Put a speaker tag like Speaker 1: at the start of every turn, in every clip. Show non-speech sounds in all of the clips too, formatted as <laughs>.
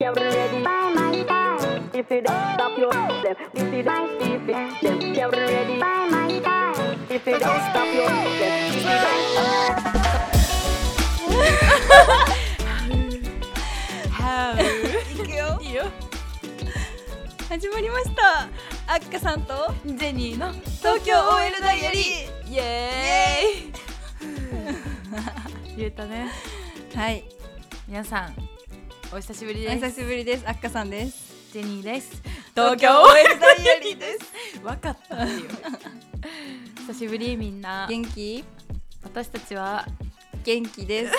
Speaker 1: You're ready by my side. If you don't stop your them, if you don't if you them, you're ready by my side. If you don't stop your them, if you don't.
Speaker 2: いくよ
Speaker 3: いいよ
Speaker 2: 始まりましたあっかさんと
Speaker 3: ジェニーの
Speaker 2: 東京 OL ダイアリー
Speaker 3: イエ
Speaker 2: <laughs>
Speaker 3: ーイ言えたね
Speaker 2: はい
Speaker 3: 皆さんお久しぶり
Speaker 2: お
Speaker 3: です
Speaker 2: 久しぶりですあっかさんです
Speaker 3: ジェニーです
Speaker 2: 東京 OL ダイアリーです
Speaker 3: わかったっていう久しぶりみんな
Speaker 2: 元気
Speaker 3: 私たちは
Speaker 2: 元気です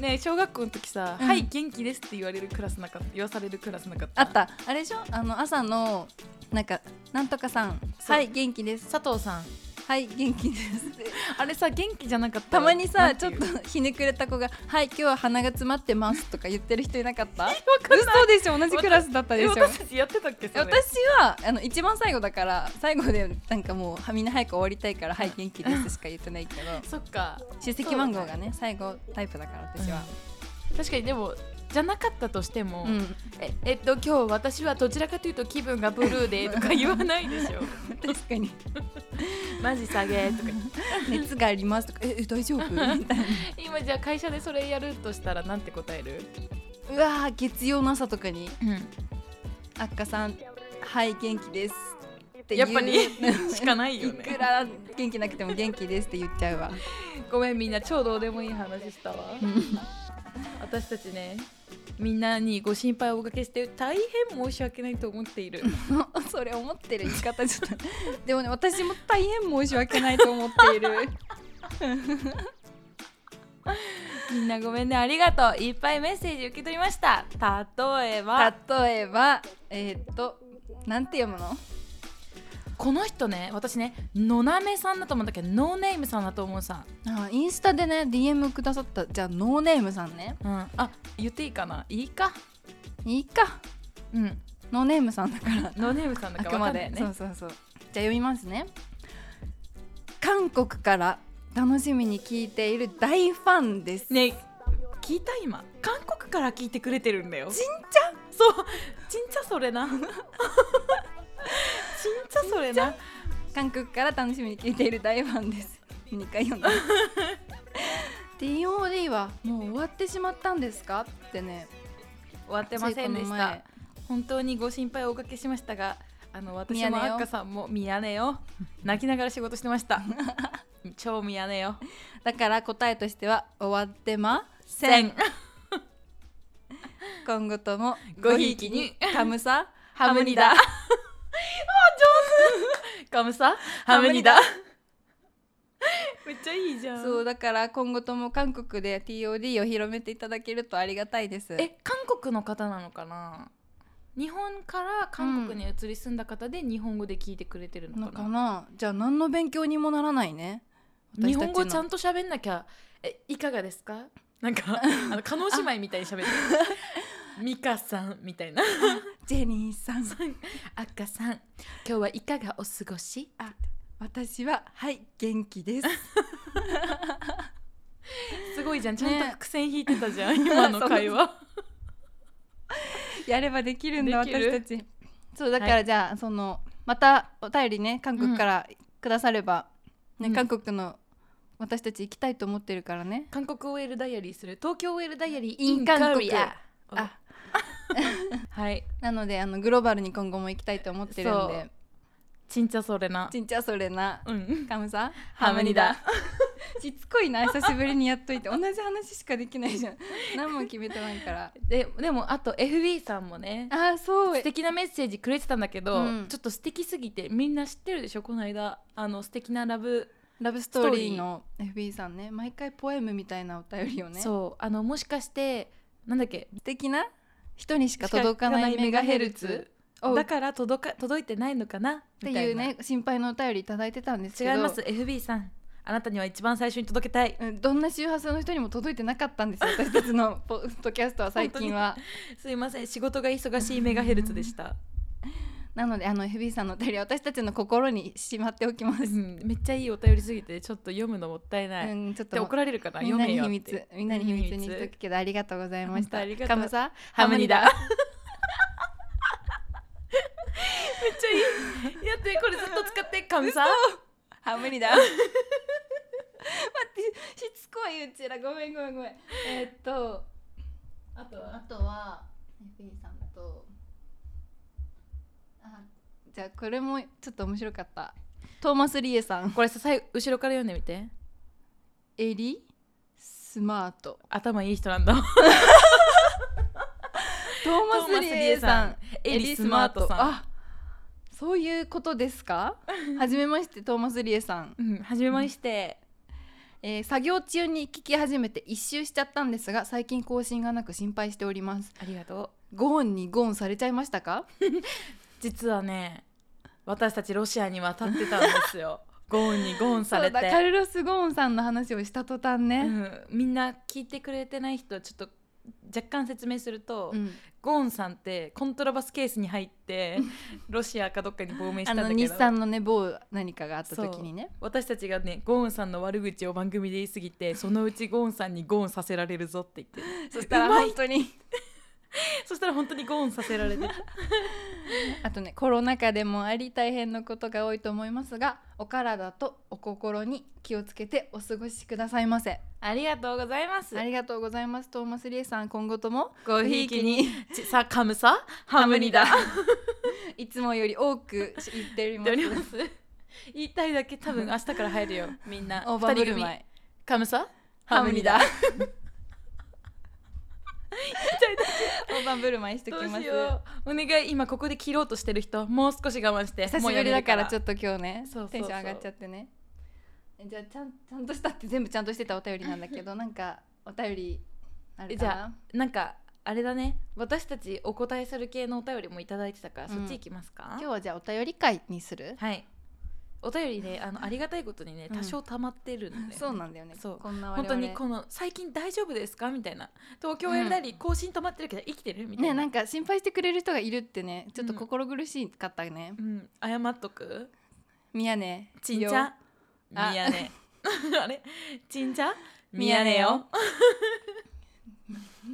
Speaker 3: ね小学校の時さ、
Speaker 2: うん
Speaker 3: はい元気ですって言われるクラスなかった言わされるクラスなかった
Speaker 2: あったあれでしょあの朝のなんかなんとかさん
Speaker 3: そう
Speaker 2: はい元気です
Speaker 3: 佐藤さん
Speaker 2: はい元気ですって
Speaker 3: あれさ元気じゃなかった
Speaker 2: たまにさ
Speaker 3: なん
Speaker 2: ち
Speaker 3: て
Speaker 2: ょっ
Speaker 3: いう
Speaker 2: とひねくれた子が「はい今日は鼻が詰まってます」とか言ってる人いなかった <laughs>
Speaker 3: かんな
Speaker 2: 嘘でしょ同じクラスだったで
Speaker 3: え
Speaker 2: しょ
Speaker 3: <laughs> 私たちやってたっけそれ
Speaker 2: 私はあの一番最後だから最後でなんかもうはみんな早く終わりたいから「はい元気です」しか言ってないけど
Speaker 3: そっか
Speaker 2: 出席番号がね最後タイプだから私は、
Speaker 3: 確かにでもじゃなかったとしても、
Speaker 2: うん
Speaker 3: ええっと今日私はどちらかというと気分がブルーで <laughs> とか言わないでしょ
Speaker 2: 確か <laughs> に
Speaker 3: マジ下げとか
Speaker 2: 「熱があります」とか「ええ大丈夫?」みたいな
Speaker 3: 今じゃあ会社でそれやるとしたらなんて答える、
Speaker 2: うわー月曜の朝とかに
Speaker 3: うん、
Speaker 2: 「あっかさんはい元気です」って
Speaker 3: やっぱり
Speaker 2: 言う
Speaker 3: <laughs> しかないよ
Speaker 2: いく
Speaker 3: ね
Speaker 2: ら元気なくても元気ですって言っちゃうわ。
Speaker 3: ごめんみんな超どうでもいい話したわ私たちねみんなにご心配をおかけして大変申し訳ないと思ってい <laughs> る
Speaker 2: <laughs> それ思ってる言い方ちょっとでもね私も大変申し訳ないと思っている
Speaker 3: みんなごめんねありがとういっぱいメッセージ受け取りました例えば
Speaker 2: 例えばえーっとなんて読むの
Speaker 3: この人ね私ねのなめさんだと思うんだけどノーネームさんだと思うさ
Speaker 2: あインスタでね DM くださったじゃあノーネームさんね
Speaker 3: うん、あ言っていいかないいか
Speaker 2: いいか
Speaker 3: うん
Speaker 2: ノーネームさんだから
Speaker 3: ノーネームさんだ
Speaker 2: あ
Speaker 3: か
Speaker 2: く
Speaker 3: ら
Speaker 2: ま
Speaker 3: ま
Speaker 2: で
Speaker 3: で
Speaker 2: そ
Speaker 3: ね
Speaker 2: うそうそうじゃあ読みますね韓国から楽しみに聞いている大ファンです
Speaker 3: ね聞いた今韓国から聞いてくれてるんだよちんちゃそうちんちゃそれなちんちゃそれな
Speaker 2: 韓国から楽しみに聞いている大ファンです2回 <laughs> 読んだ DOD はもう終わってしまったんですかってね
Speaker 3: 終わってませんで
Speaker 2: つい
Speaker 3: し
Speaker 2: この
Speaker 3: た
Speaker 2: 前
Speaker 3: 本当にご心配をおかけしましたがあの
Speaker 2: ミ
Speaker 3: 私
Speaker 2: ヤネ
Speaker 3: も
Speaker 2: よ
Speaker 3: あっかさんもミヤネ <laughs> よ泣きながら仕事してました超ミヤネよ
Speaker 2: だから答えとしては終わってませ
Speaker 3: せ
Speaker 2: ん
Speaker 3: ん
Speaker 2: 今後とも
Speaker 3: ごひいきに
Speaker 2: カム
Speaker 3: <laughs>
Speaker 2: サ
Speaker 3: ハムニダあ上手カムサハムニダめっちゃいいじゃん
Speaker 2: そうだから今後とも韓国で TOD を広めていただけるとありがたいです
Speaker 3: え韓国の方なのかな日本から韓国に移り住んだ方で日本語で聞いてくれてるの
Speaker 2: の
Speaker 3: かな,、
Speaker 2: かなじゃあ何の勉強にもならないね
Speaker 3: 日本語ちゃ
Speaker 2: と
Speaker 3: んと喋んなきゃえいかがですかなんかあの叶姉妹みたいに喋ってるミカさんみたいな
Speaker 2: ジェニーさん
Speaker 3: あっかさん今日はいかがお過ごし
Speaker 2: あ私ははい元気
Speaker 3: <laughs>
Speaker 2: です
Speaker 3: すごいじゃんちゃん
Speaker 2: ね
Speaker 3: と伏線引いてたじゃ <laughs> ん、今の会話
Speaker 2: やればできるんだ
Speaker 3: できる
Speaker 2: 私たちそうだからじゃあ、そのまたお便りね韓国からくだされば、ね
Speaker 3: うん
Speaker 2: 韓国の私たち行きたいと思ってるからね
Speaker 3: 韓国 OL ダイアリーする東京 OL ダイアリー
Speaker 2: in
Speaker 3: in 韓国
Speaker 2: 韓国
Speaker 3: あ <laughs> はい
Speaker 2: なのであのグローバルに今後も行きたいと思ってるんで
Speaker 3: ちんちゃそれな
Speaker 2: ちんちゃそれな
Speaker 3: うん
Speaker 2: カムさ
Speaker 3: ハムニダ
Speaker 2: <laughs> しつこいな久しぶりにやっといて同じ話しかできない <laughs> じゃん何も決めてないから
Speaker 3: ででもあと FB さんもね
Speaker 2: あーそう
Speaker 3: 素敵なメッセージくれてたんだけど、
Speaker 2: うん
Speaker 3: ちょっと素敵すぎてみんな知ってるでしょこの間あの素敵なラブ、
Speaker 2: ラブストーリーの FB さんね毎回ポエムみたいなお便りをね素
Speaker 3: そうあのもしかしてなんだっけ
Speaker 2: 敵な人にしか届かないメガヘルツを
Speaker 3: だから届か届いてないのかなっ
Speaker 2: っていうね心配のお便りいただいてたんです
Speaker 3: 違い
Speaker 2: けど
Speaker 3: ます FB さんあなたには一番最初に届けたい
Speaker 2: うんどんな周波数の人にも届いてなかったんですよ私たちのポ <laughs> ッドキャストは最近は
Speaker 3: すいません仕事が忙しいメガヘルツでした
Speaker 2: なのであの FB さんのお便りは私たちの心にしまっておきます、
Speaker 3: うんめっちゃいいお便りすぎてちょっと読むのもったいない、
Speaker 2: う
Speaker 3: っ
Speaker 2: ん、ちょってと
Speaker 3: 怒られるかな
Speaker 2: みん
Speaker 3: 読
Speaker 2: な
Speaker 3: め
Speaker 2: に
Speaker 3: よっ
Speaker 2: 秘
Speaker 3: て
Speaker 2: 密みんなに秘密にしとくけどありがとうございまし
Speaker 3: 本当
Speaker 2: た
Speaker 3: ありがとう
Speaker 2: カムサ
Speaker 3: ハムニだめっ <laughs>
Speaker 2: ハ
Speaker 3: ちゃいいやってこれずっと使ってカムサ
Speaker 2: ハムニだ <laughs> 待ってしつこいうちらごめんごめんごめんえーっと
Speaker 3: あと
Speaker 2: あとは FB さんとあじゃあこれもちょっと面白かったトーマス・リエさん
Speaker 3: これさ最後後ろから読んでみて
Speaker 2: 「エリスマート
Speaker 3: 頭いい人なんだ
Speaker 2: <laughs> トーマス・リエさん
Speaker 3: エリスマートさん
Speaker 2: あそういうことです
Speaker 3: <laughs>
Speaker 2: かはじめましてトーマス・リエさん、
Speaker 3: うんはじめまして、
Speaker 2: えー作業中に聞き始めて一周しちゃったんですが最近更新がなく心配しております
Speaker 3: ありがとう
Speaker 2: ゴーンにゴーンされちゃいましたか
Speaker 3: 実はね私たちロシアに渡ってたんです
Speaker 2: <laughs>
Speaker 3: よゴーンにゴーンされ
Speaker 2: そうだカ
Speaker 3: て、
Speaker 2: ルロス・ゴーンさんの話をした途端
Speaker 3: う
Speaker 2: ね、
Speaker 3: ん、みんな聞いてくれてない人はちょっと若干説明すると、
Speaker 2: うん
Speaker 3: ゴーンさんってコントラバスケースに入ってロシアかどっかに亡命した
Speaker 2: あ
Speaker 3: んだ
Speaker 2: の
Speaker 3: け
Speaker 2: 日
Speaker 3: ど
Speaker 2: 産のね某何かがあった時にね
Speaker 3: 私たちがねゴーンさんの悪口を番組で言いすぎてそのうちゴーンさんにゴーンさせられるぞって <laughs> 言って
Speaker 2: そしたら
Speaker 3: うまい
Speaker 2: 本当に <laughs>
Speaker 3: そしたら本当にゴーンさせられてた
Speaker 2: あとねコロナ禍でもあり大変なことが多いと思いますがお体とお心に気をつけてお過ごしくださいませ
Speaker 3: <laughs> ありがとうございます
Speaker 2: ありがとうございますトーマスリエさん今後とも
Speaker 3: ご
Speaker 2: ひいきに
Speaker 3: ちさカムサハムニダ
Speaker 2: <laughs> いつもより多く言っており
Speaker 3: 言っ
Speaker 2: ま <laughs>
Speaker 3: てお
Speaker 2: す
Speaker 3: ります言いたいだけ多分明日から入るよみんな
Speaker 2: オーバーブ
Speaker 3: 二
Speaker 2: ル
Speaker 3: 人
Speaker 2: マイ
Speaker 3: 組カムサ
Speaker 2: ハムニダ
Speaker 3: ハム
Speaker 2: オーバーブルマイして
Speaker 3: ニ
Speaker 2: き
Speaker 3: ダ
Speaker 2: ま
Speaker 3: どう
Speaker 2: す
Speaker 3: しようお願い今ここで切ろうとしてる人もう少し我慢して
Speaker 2: 久しぶりだからちょ
Speaker 3: っ
Speaker 2: っと今日ね
Speaker 3: そうそうそう
Speaker 2: テンション上がっちゃってねじゃあちゃんちゃんとしたって全部ちゃんとしてたお便りなんだ <laughs> けどなんかお便りあるかな
Speaker 3: じゃとなんかあれだね私たちお答えする系のお便りもいただいてたから、
Speaker 2: うん
Speaker 3: そっち行きますか
Speaker 2: 今日はじゃあお便り会にする
Speaker 3: はいお便り <laughs> ねあのありがたいことにね
Speaker 2: うん
Speaker 3: 多少溜まってるんで、
Speaker 2: そうなんだよね
Speaker 3: <laughs> そう
Speaker 2: こんな我
Speaker 3: 本
Speaker 2: 々
Speaker 3: 当にこの最近大丈夫ですかみたいな東京やりたり更新止まってるけど生きてるみたい
Speaker 2: ね
Speaker 3: な、
Speaker 2: なんか心配してくれる人がいるってねちょっと心苦しかったね
Speaker 3: う、ん、謝っとく
Speaker 2: みやね
Speaker 3: ちんちゃみ
Speaker 2: あ
Speaker 3: やね <laughs> あれちんちゃみ
Speaker 2: み
Speaker 3: や
Speaker 2: や
Speaker 3: ね
Speaker 2: ね
Speaker 3: よ
Speaker 2: よ
Speaker 3: <laughs>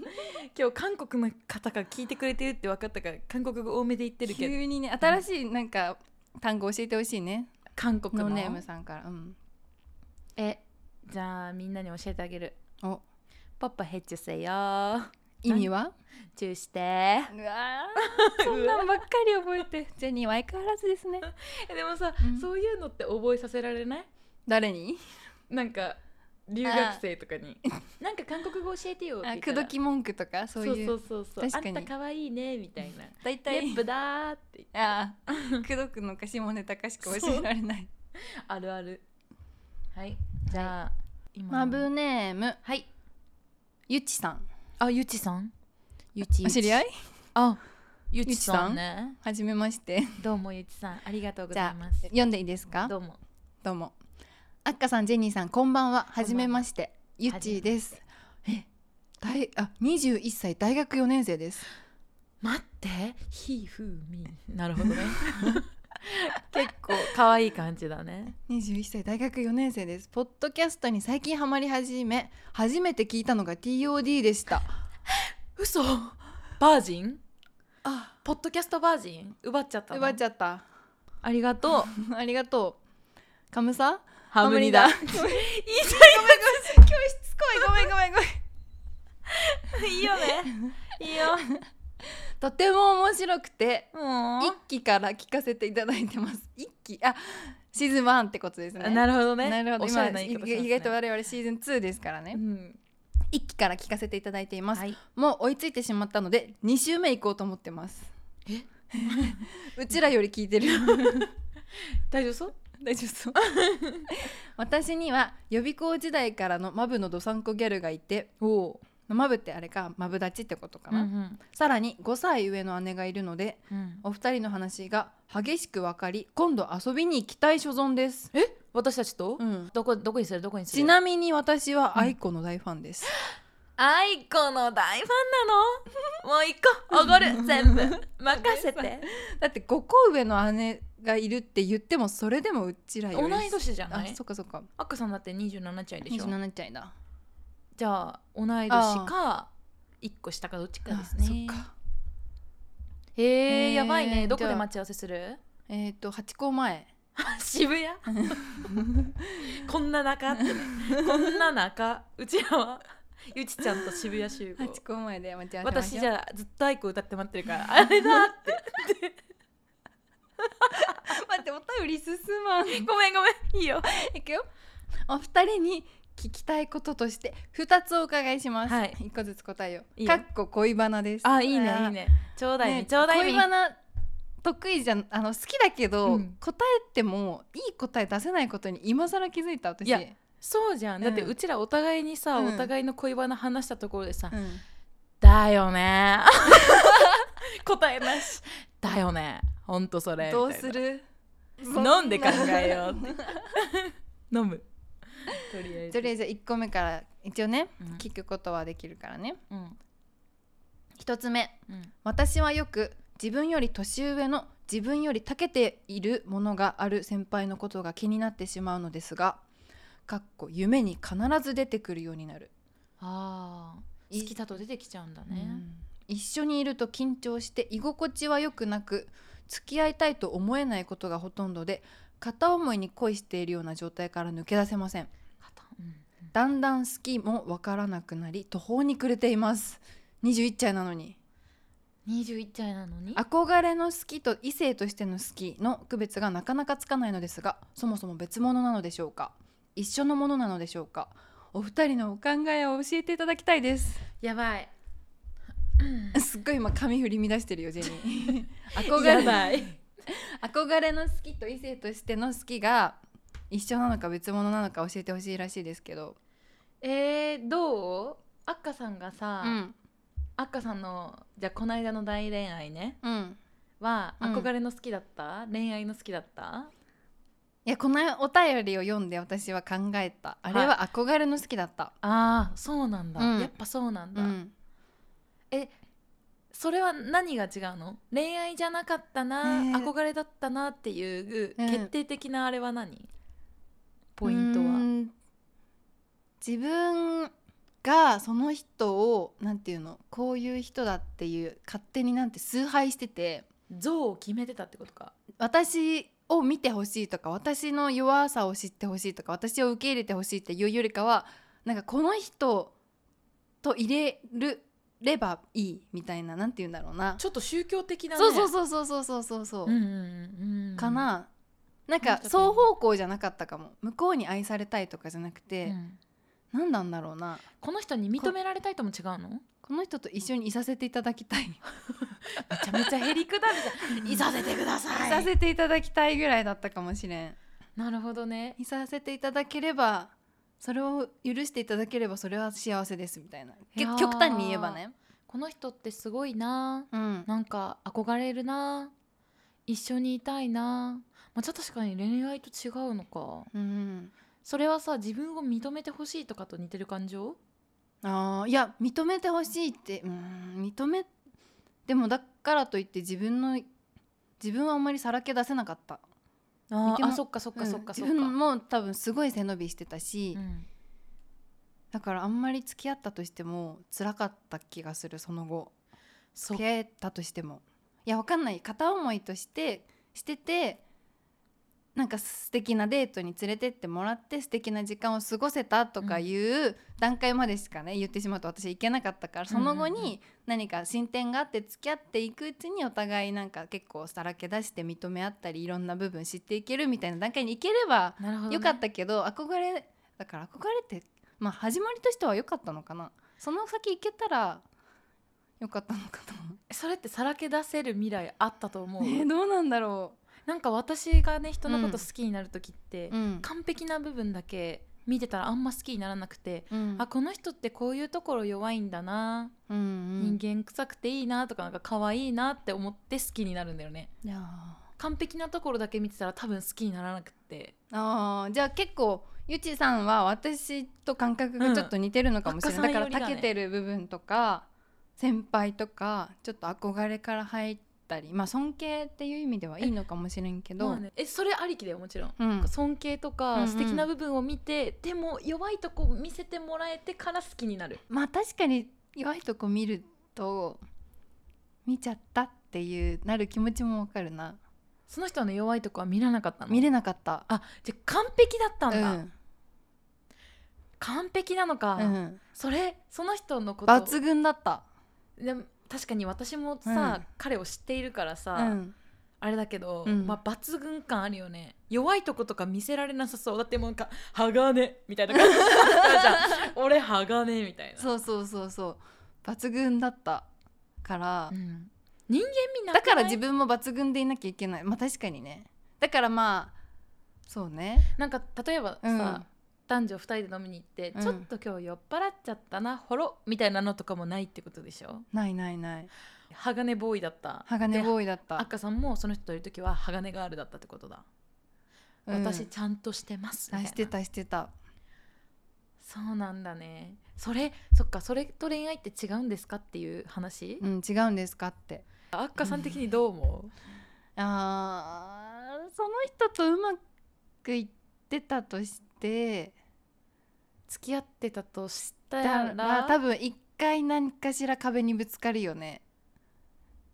Speaker 3: 今日韓国の方が聞いてくれてるって分かったから韓国語多めで言ってるけど
Speaker 2: 急にね新しいなんか単語教えてほしいね
Speaker 3: 韓国
Speaker 2: ノ
Speaker 3: の
Speaker 2: ーネームさんからうん
Speaker 3: えじゃあみんなに教えてあげる
Speaker 2: お
Speaker 3: パパヘッチュせよ
Speaker 2: 意味は
Speaker 3: チューして
Speaker 2: うわ
Speaker 3: <laughs>
Speaker 2: ーそんなんばっかり覚えてジェニーは相変わらずですね
Speaker 3: <laughs> えでもさ、
Speaker 2: うん
Speaker 3: そういうのって覚えさせられない
Speaker 2: 誰に
Speaker 3: なんか留学生とかに <laughs> なんか韓国語教えてよって
Speaker 2: あ
Speaker 3: 言った
Speaker 2: 口
Speaker 3: ら
Speaker 2: 説き文句とか
Speaker 3: そ
Speaker 2: そううい
Speaker 3: そううそうそ
Speaker 2: 確
Speaker 3: う
Speaker 2: かに
Speaker 3: あんた可愛いねみたいな
Speaker 2: 大体
Speaker 3: レップだーって言って
Speaker 2: ああ口説 <laughs> くのか下ネタかしか教えられない
Speaker 3: あるあるはいじゃあ、
Speaker 2: マ
Speaker 3: 今
Speaker 2: ブネーム
Speaker 3: はい
Speaker 2: ゆちさん
Speaker 3: あゆちさんゆち
Speaker 2: お知り合い
Speaker 3: あゆ
Speaker 2: ちさん
Speaker 3: ね
Speaker 2: はじめまして
Speaker 3: どうもゆちさんありがとうご
Speaker 2: じ
Speaker 3: ざ
Speaker 2: ゃ
Speaker 3: い
Speaker 2: あ
Speaker 3: ます
Speaker 2: 読んでいいですか
Speaker 3: どうも
Speaker 2: どうも。あっかさん、ジェニーさん、こんばんは。
Speaker 3: んばんは
Speaker 2: はじめまして。ゆっちーです。え、大あ、二十一歳、大学四年生です。
Speaker 3: 待ってひふみなる <laughs> ほどね結構可愛い感じだね
Speaker 2: 二十一歳、大学四年生です。ポッドキャストに最近ハマり始め、初めて聞いたのが TOD でした。
Speaker 3: 嘘バージン
Speaker 2: あ、
Speaker 3: ポッドキャストバージン奪っちゃったの
Speaker 2: 奪っちゃった。 <laughs>
Speaker 3: ありがとう
Speaker 2: ありがとう。カムサ？
Speaker 3: <laughs> ハムニ
Speaker 2: ハ
Speaker 3: ダ
Speaker 2: ムニダ
Speaker 3: い
Speaker 2: 今日しつこい。 <laughs> ごめんごめんごめん。
Speaker 3: いいいよ <laughs> ねいいよ
Speaker 2: とても面白くて。
Speaker 3: も
Speaker 2: 一期から聞かせていただいてます。一期あ、シーズンワンってことですね。
Speaker 3: なるほどね
Speaker 2: なるほど
Speaker 3: おし
Speaker 2: 今
Speaker 3: ゃれな言い方しますね
Speaker 2: 意外と我々シーズン2ですからね、
Speaker 3: うん
Speaker 2: 一期から聞かせていただいています、
Speaker 3: はい
Speaker 2: もう追いついてしまったので2週目行こうと思ってます
Speaker 3: え
Speaker 2: <laughs> うちらより聞いてる
Speaker 3: 大丈夫そう
Speaker 2: 大丈夫そう私には予備校時代からのマブのどさんこギャルがいて
Speaker 3: お
Speaker 2: マブってあれかマブ立ちってことか
Speaker 3: うん
Speaker 2: な、
Speaker 3: うん
Speaker 2: さらに5歳上の姉がいるので
Speaker 3: うん
Speaker 2: お二人の話が激しく分かり今度遊びに行きたい所存です、
Speaker 3: え私たちと
Speaker 2: うん、
Speaker 3: どこどこにするどこにする
Speaker 2: ちなみに私は愛子の大ファンです、
Speaker 3: 愛子の大ファンなのもう一個おごる全部 <laughs> 任せて
Speaker 2: <laughs> だって5個上の姉がいるって言ってもそれでもうちらよ
Speaker 3: 同
Speaker 2: り
Speaker 3: い年じゃ
Speaker 2: あ
Speaker 3: ない
Speaker 2: そっかそっか
Speaker 3: あっかさんだって27歳でしょ
Speaker 2: 27歳だ
Speaker 3: じゃあ同い年か一個下かどっちかですね
Speaker 2: あそっか
Speaker 3: へえ
Speaker 2: へー
Speaker 3: やばいねどこ
Speaker 2: じ
Speaker 3: で
Speaker 2: ゃあ
Speaker 3: 待ち合わせ
Speaker 2: <laughs>
Speaker 3: する
Speaker 2: えっ、と8個前
Speaker 3: 渋谷 <laughs> こん
Speaker 2: <laughs>
Speaker 3: な中ってねこんな中うちらはゆちちゃんと渋谷集合
Speaker 2: 8個前で待ち合わせましょ
Speaker 3: 私
Speaker 2: う
Speaker 3: じゃあずっと愛子歌って待ってる
Speaker 2: <laughs>
Speaker 3: からあれだって
Speaker 2: 待ってお便り進まん
Speaker 3: ごめんごめんいいよ
Speaker 2: いくよお二人に聞きたいこととして2つお伺いします、
Speaker 3: はい
Speaker 2: 1個ずつ答えよ
Speaker 3: いいよ
Speaker 2: かっこ恋バナです
Speaker 3: あいいねいいねちょうだいねちょうだい
Speaker 2: 恋
Speaker 3: ね
Speaker 2: バナ得意じゃんあの好きだけど、
Speaker 3: うん
Speaker 2: 答えてもいい答え出せないことに今更気づいた私
Speaker 3: いやそうじゃんだって
Speaker 2: うん
Speaker 3: うちらお互いにさ、
Speaker 2: うん
Speaker 3: お互いの恋バナ話したところでさ「
Speaker 2: うん
Speaker 3: だよね」 <laughs> 答えなし「だよね」ほんとそれ
Speaker 2: どう
Speaker 3: みた
Speaker 2: す
Speaker 3: いな
Speaker 2: る
Speaker 3: 飲んで考え
Speaker 2: <laughs>
Speaker 3: ようって飲むとりあえず
Speaker 2: とりあえず1個目から一応ね、
Speaker 3: うん
Speaker 2: 聞くことはできるからね
Speaker 3: うん
Speaker 2: 1つ目
Speaker 3: うん
Speaker 2: 私はよく自分より年上の自分より長けているものがある先輩のことが気になってしまうのですがかっこ夢に必ず出てくるようになる、
Speaker 3: あー好きだと出てきちゃうんだ
Speaker 2: う
Speaker 3: ね、
Speaker 2: ん一緒にいると緊張して居心地は良くなく付き合いたいと思えないことがほとんどで片思いに恋しているような状態から抜け出せません
Speaker 3: 肩うん
Speaker 2: だんだん好きもわからなくなり途方に暮れています21歳なのに
Speaker 3: 21歳なのに
Speaker 2: 憧れの好きと異性としての好きの区別がなかなかつかないのですがそもそも別物なのでしょうか一緒のものなのでしょうかお二人のお考えを教えていただきたいです
Speaker 3: やばい
Speaker 2: <laughs> すっごい今髪振り乱してるよジェニー <laughs> 憧
Speaker 3: や
Speaker 2: れ
Speaker 3: ば <laughs> い
Speaker 2: 憧れの好きと異性としての好きが一緒なのか別物なのか教えてほしいらしいですけど
Speaker 3: えー、どうあっかさんがさ、
Speaker 2: うん
Speaker 3: あっかさんのじゃあこの間の大恋愛ね
Speaker 2: うん
Speaker 3: は
Speaker 2: うん
Speaker 3: 憧れの好きだった、恋愛の好きだった
Speaker 2: いやこのお便りを読んで私は考えたあれは憧れの好きだった、
Speaker 3: ああそうなんだ、
Speaker 2: うん
Speaker 3: やっぱそうなん
Speaker 2: う
Speaker 3: だ、
Speaker 2: ん、
Speaker 3: それは何が違うの恋愛じゃなかったな、
Speaker 2: ねえ
Speaker 3: 憧れだったなっていう
Speaker 2: うん
Speaker 3: 決定的なあれは何、ポイント
Speaker 2: う
Speaker 3: は
Speaker 2: ーん自分がその人をなんていうのこういう人だっていう勝手になんて崇拝してて
Speaker 3: 像を決めてたってことか
Speaker 2: 私を見てほしいとか私の弱さを知ってほしいとか私を受け入れてほしいっていうよりかはなんかこの人と入れるればいいみたいななんて言うんだろうな、
Speaker 3: ちょっと宗教的な、ね、
Speaker 2: そうそうそうそうそうそうそうそう
Speaker 3: うんうんうん
Speaker 2: かな、なんか
Speaker 3: うん
Speaker 2: 双方向じゃなかったかも向こうに愛されたいとかじゃなく
Speaker 3: う
Speaker 2: て、
Speaker 3: ん
Speaker 2: 何なんだろうな
Speaker 3: この人に認められたいとも違うの
Speaker 2: この人と一緒にいさせていただきたい
Speaker 3: めちゃめちゃへりくだるじゃん <laughs> いさせてくださ
Speaker 2: <laughs>
Speaker 3: い
Speaker 2: いさせていただきたいぐらいだったかもしれん
Speaker 3: なるほどね
Speaker 2: いさせていただければそれを許していただければそれは幸せですみたいな
Speaker 3: やー
Speaker 2: 極極端に言えばね
Speaker 3: この人ってすごいな
Speaker 2: うん
Speaker 3: なんか憧れるな一緒にいたいなまあ、じゃあ確かに恋愛と違うのか
Speaker 2: うん
Speaker 3: それはさ自分を認めてほしいとかと似てる感情
Speaker 2: あーいや認めてほしいってうん認めでもだからといって自分の自分はあんまりさらけ出せなかった
Speaker 3: あ
Speaker 2: 似て
Speaker 3: ー
Speaker 2: も
Speaker 3: あそっかそっかそっかそっ
Speaker 2: うん
Speaker 3: か、
Speaker 2: 自分も多分すごい背伸びしてたし、
Speaker 3: うん
Speaker 2: だからあんまり付き合ったとしても辛かった気がするその後
Speaker 3: そ
Speaker 2: 付
Speaker 3: っ
Speaker 2: き合えたとしてもいやわかんない片思いとしてしててなんか素敵なデートに連れてってもらって素敵な時間を過ごせたとかいう段階までしかね、言ってしまうと私行けなかったからその後
Speaker 3: うんうんう
Speaker 2: に何か進展があって付き合っていくうちにお互いなんか結構さらけ出して認め合ったりいろんな部分知っていけるみたいな段階に行ければ
Speaker 3: なるほど、ね、
Speaker 2: 良かったけど憧れだから憧れってまあ始まりとしては良かったのかなその先行けたら良かったのか
Speaker 3: それってさらけ出せる未来あったと思
Speaker 2: と
Speaker 3: う、
Speaker 2: 思う、ねえどうなんだろ
Speaker 3: なんか私がね人のこと好きになる時って、
Speaker 2: う、うん
Speaker 3: 完璧な部分だけ見てたらあんま好きにならなくて、
Speaker 2: うん、
Speaker 3: あこの人ってこういうところ弱いんだな
Speaker 2: うんうん、
Speaker 3: 人間臭くていいなとかなんか可愛いなって思って好きになるんだよね
Speaker 2: いや
Speaker 3: 完璧なところだけ見てたら多分好きにならなくって
Speaker 2: あーじゃあ結構ゆちさんは私と感覚がちょっと似てるのかもしれない、
Speaker 3: うん
Speaker 2: だから
Speaker 3: 若さん
Speaker 2: た
Speaker 3: よりだね
Speaker 2: けてる部分とか先輩とかちょっと憧れから入ったりまあ尊敬っていう意味ではいいのかもしれんけど、
Speaker 3: まあねえそれありきだよもちろん。
Speaker 2: うん
Speaker 3: 尊敬と
Speaker 2: うんう
Speaker 3: か
Speaker 2: ん
Speaker 3: 素敵な部分を見て、でも弱いとこ見せてもらえてから好きになる
Speaker 2: まあ確かに弱いとこ見ると見ちゃったっていうなる気持ちもわかるな
Speaker 3: その人の弱いとこは見らなかったの
Speaker 2: 見れなかった
Speaker 3: あじゃあ完璧だったんだ、
Speaker 2: うん
Speaker 3: 完璧なのか、
Speaker 2: うん、
Speaker 3: それその人のこと
Speaker 2: 抜群だった、
Speaker 3: でも確かに私もさ、
Speaker 2: うん
Speaker 3: 彼を知っているからさ、
Speaker 2: うん、
Speaker 3: あれだけど、
Speaker 2: うん
Speaker 3: まあ抜群感あるよね弱いとことか見せられなさそうだってもうなんか「鋼」みたいな
Speaker 2: <laughs>
Speaker 3: 感じじゃん俺鋼みたいな
Speaker 2: そうそうそうそう抜群だったから、
Speaker 3: うん人間味なくない
Speaker 2: だから自分も抜群でいなきゃいけないまあ確かにねだからまあそうね
Speaker 3: なんか例えばさ、
Speaker 2: うん
Speaker 3: 男女2人で飲みに行って、
Speaker 2: うん
Speaker 3: ちょっと今日酔っ払っちゃったなほろみたいなのとかもないってことでしょ
Speaker 2: ないないない
Speaker 3: 鋼ボーイだった
Speaker 2: 鋼
Speaker 3: ーイ
Speaker 2: ボーイだった
Speaker 3: 赤さんもその人といる時は鋼ガールだったってことだ、
Speaker 2: うん
Speaker 3: 私ちゃんとしてますみ
Speaker 2: あ
Speaker 3: いな
Speaker 2: してたしてた
Speaker 3: そうなんだねそれそっかそれと恋愛って違うんですかっていう話、
Speaker 2: うん違うんですかって
Speaker 3: あっかさん的にどう思う、
Speaker 2: あーその人とうまくいってたとして
Speaker 3: 付き合ってたとした
Speaker 2: だ
Speaker 3: ら
Speaker 2: ら多分一回何かしら壁にぶつかるよね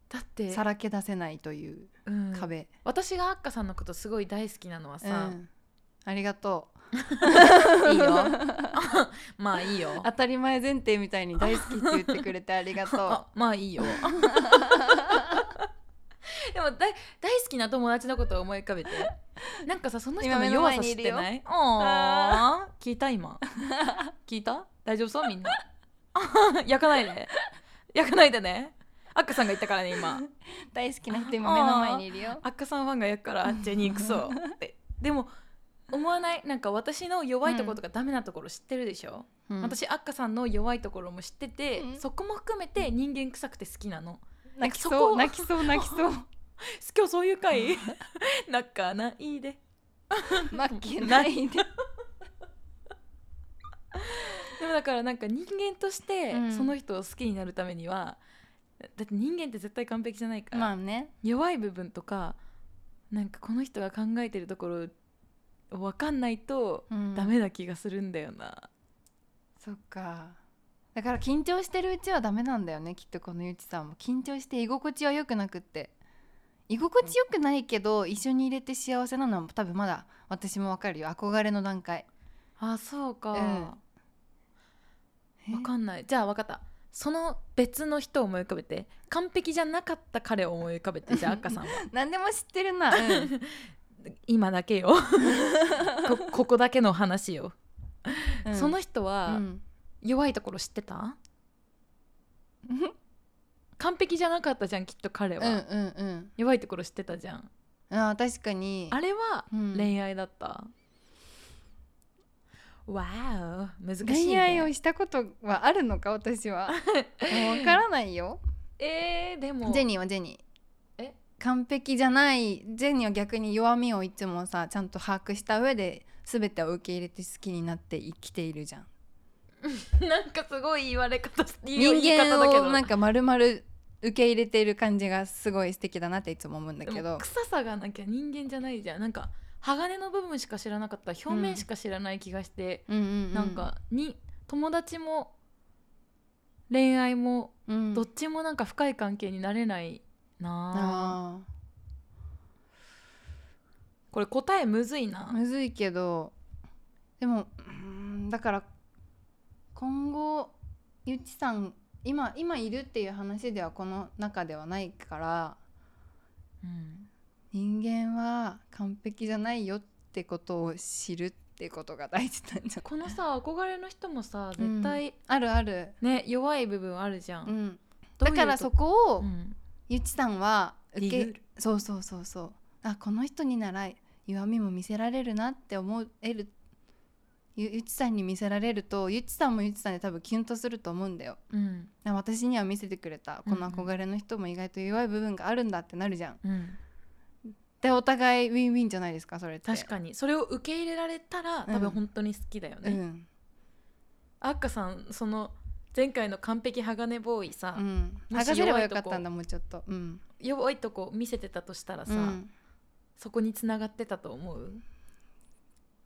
Speaker 3: だって
Speaker 2: さらけ出せないという
Speaker 3: うん
Speaker 2: 壁、
Speaker 3: 私があっかさんのことすごい大好きなのは
Speaker 2: うん
Speaker 3: さ、
Speaker 2: ありがとう <laughs>
Speaker 3: いいよまあいいよ
Speaker 2: 当たり前前提みたいに大好きって言ってくれてありがと
Speaker 3: あまあいいよ <laughs> でもだい大好きな友達のことを思い浮かべてなんかさその人
Speaker 2: 今
Speaker 3: の
Speaker 2: 目の
Speaker 3: 弱
Speaker 2: 前
Speaker 3: さ
Speaker 2: に
Speaker 3: 知
Speaker 2: い
Speaker 3: っ
Speaker 2: る
Speaker 3: <laughs> て
Speaker 2: よ
Speaker 3: ないあ <laughs> ー聞いた今聞いた大丈夫そうみんな <laughs> 焼かないで焼かないでねアッカさんが言ったからね今
Speaker 2: う大好きな人今目の前にいるよ
Speaker 3: アッカさんファンが焼くからジェニーク <laughs> ソってでも思わないなんか私の弱いところとかダメなところ知ってるでしょ、
Speaker 2: うん
Speaker 3: 私アッカさんの弱いところも知ってて、
Speaker 2: うん
Speaker 3: そこも含めて人間臭くて好きなの
Speaker 2: 泣き
Speaker 3: そ
Speaker 2: そ
Speaker 3: こ
Speaker 2: う泣きそう泣き <laughs> そう
Speaker 3: 今日そういう回泣か <laughs> ないで
Speaker 2: 負けないで
Speaker 3: でもだからなんか人間として
Speaker 2: うん
Speaker 3: その人を好きになるためには、だって人間って絶対完璧じゃないか
Speaker 2: <laughs>
Speaker 3: ら、
Speaker 2: まあね
Speaker 3: 弱い部分とかなんかこの人が考えてるところを分かんないと
Speaker 2: うん
Speaker 3: ダメな気がするんだよな、
Speaker 2: そっかだから緊張してるうちはダメなんだよねきっとこのゆうちさんも緊張して居心地は良くなくって居心地良くないけど一緒に入れて幸せなのは多分まだ私もわかるよ憧れの段階
Speaker 3: あそうか、
Speaker 2: え
Speaker 3: 分かんないじゃあ分かったその別の人を思い浮かべて完璧じゃなかった彼を思い浮かべてじゃあ
Speaker 2: <laughs>
Speaker 3: 赤さんは
Speaker 2: 何でも知ってるな、うん
Speaker 3: 今だけよ <laughs> こここだけの話よ、
Speaker 2: うん
Speaker 3: その人
Speaker 2: う
Speaker 3: は
Speaker 2: ん
Speaker 3: 弱いところ知ってた、完璧じゃなかったじゃんきっと彼
Speaker 2: う
Speaker 3: は、
Speaker 2: んうん
Speaker 3: 弱いところ知ってたじゃん
Speaker 2: うんあー確かに
Speaker 3: あれは
Speaker 2: うん
Speaker 3: 恋愛だった、わーお難しい、ね、
Speaker 2: 恋愛をしたことはあるのか私
Speaker 3: <laughs>
Speaker 2: はもうわからないよ
Speaker 3: えー、でも
Speaker 2: ジェニーはジェニー
Speaker 3: え
Speaker 2: 完璧じゃないジェニーは逆に弱みをいつもさちゃんと把握した上で全てを受け入れて好きになって生きているじゃん
Speaker 3: なんかすごい言われ方言い
Speaker 2: 人間
Speaker 3: 方だけど
Speaker 2: をなんか丸々受け入れている感じがすごい素敵だなっていつも思うんだけ
Speaker 3: でも
Speaker 2: ど
Speaker 3: 臭さがなきゃ人間じゃないじゃんなんか鋼の部分しか知らなかった表面しか知らない気がして、
Speaker 2: うんうんう
Speaker 3: なんかに友達も恋愛も
Speaker 2: うん
Speaker 3: どっちもなんか深い関係になれないな
Speaker 2: あ
Speaker 3: あ、これ答えむずいな
Speaker 2: ーむずいけどでもうーんだから今後ゆちさん今今いるっていう話ではこの中ではないから
Speaker 3: うん
Speaker 2: 人間は完璧じゃないよってことを知るってことが大事なんじゃない
Speaker 3: このさ憧れの人もさ絶対、
Speaker 2: あるある、
Speaker 3: ね弱い部分あるじゃん、
Speaker 2: うん、
Speaker 3: どう
Speaker 2: だ
Speaker 3: いう
Speaker 2: から
Speaker 3: と
Speaker 2: そこを、
Speaker 3: うん
Speaker 2: ゆちさんは受
Speaker 3: ディグ
Speaker 2: け
Speaker 3: る
Speaker 2: そうそうそうそうあこの人になら弱みも見せられるなって思えるゆゆちさんに見せられるとゆちさんもゆちさんで多分キュンとすると思うんだよ
Speaker 3: うん
Speaker 2: あ私には見せてくれたこの憧れの人も意外と弱い部分があるんだってなるじゃん、
Speaker 3: うん
Speaker 2: 対お互いウィンウィンじゃないですかそれって
Speaker 3: 確かにそれを受け入れられたら多
Speaker 2: うん
Speaker 3: 分本当に好きだよね、
Speaker 2: うん
Speaker 3: あっかさんその前回の完璧鋼ボーイさ、
Speaker 2: うん
Speaker 3: も
Speaker 2: 剥
Speaker 3: し
Speaker 2: がせれば
Speaker 3: 弱い
Speaker 2: よ
Speaker 3: とこ
Speaker 2: かったんだもうちょっとうん
Speaker 3: 弱いとこ見せてたとしたらさ、
Speaker 2: うん
Speaker 3: そこに繋がってたと思う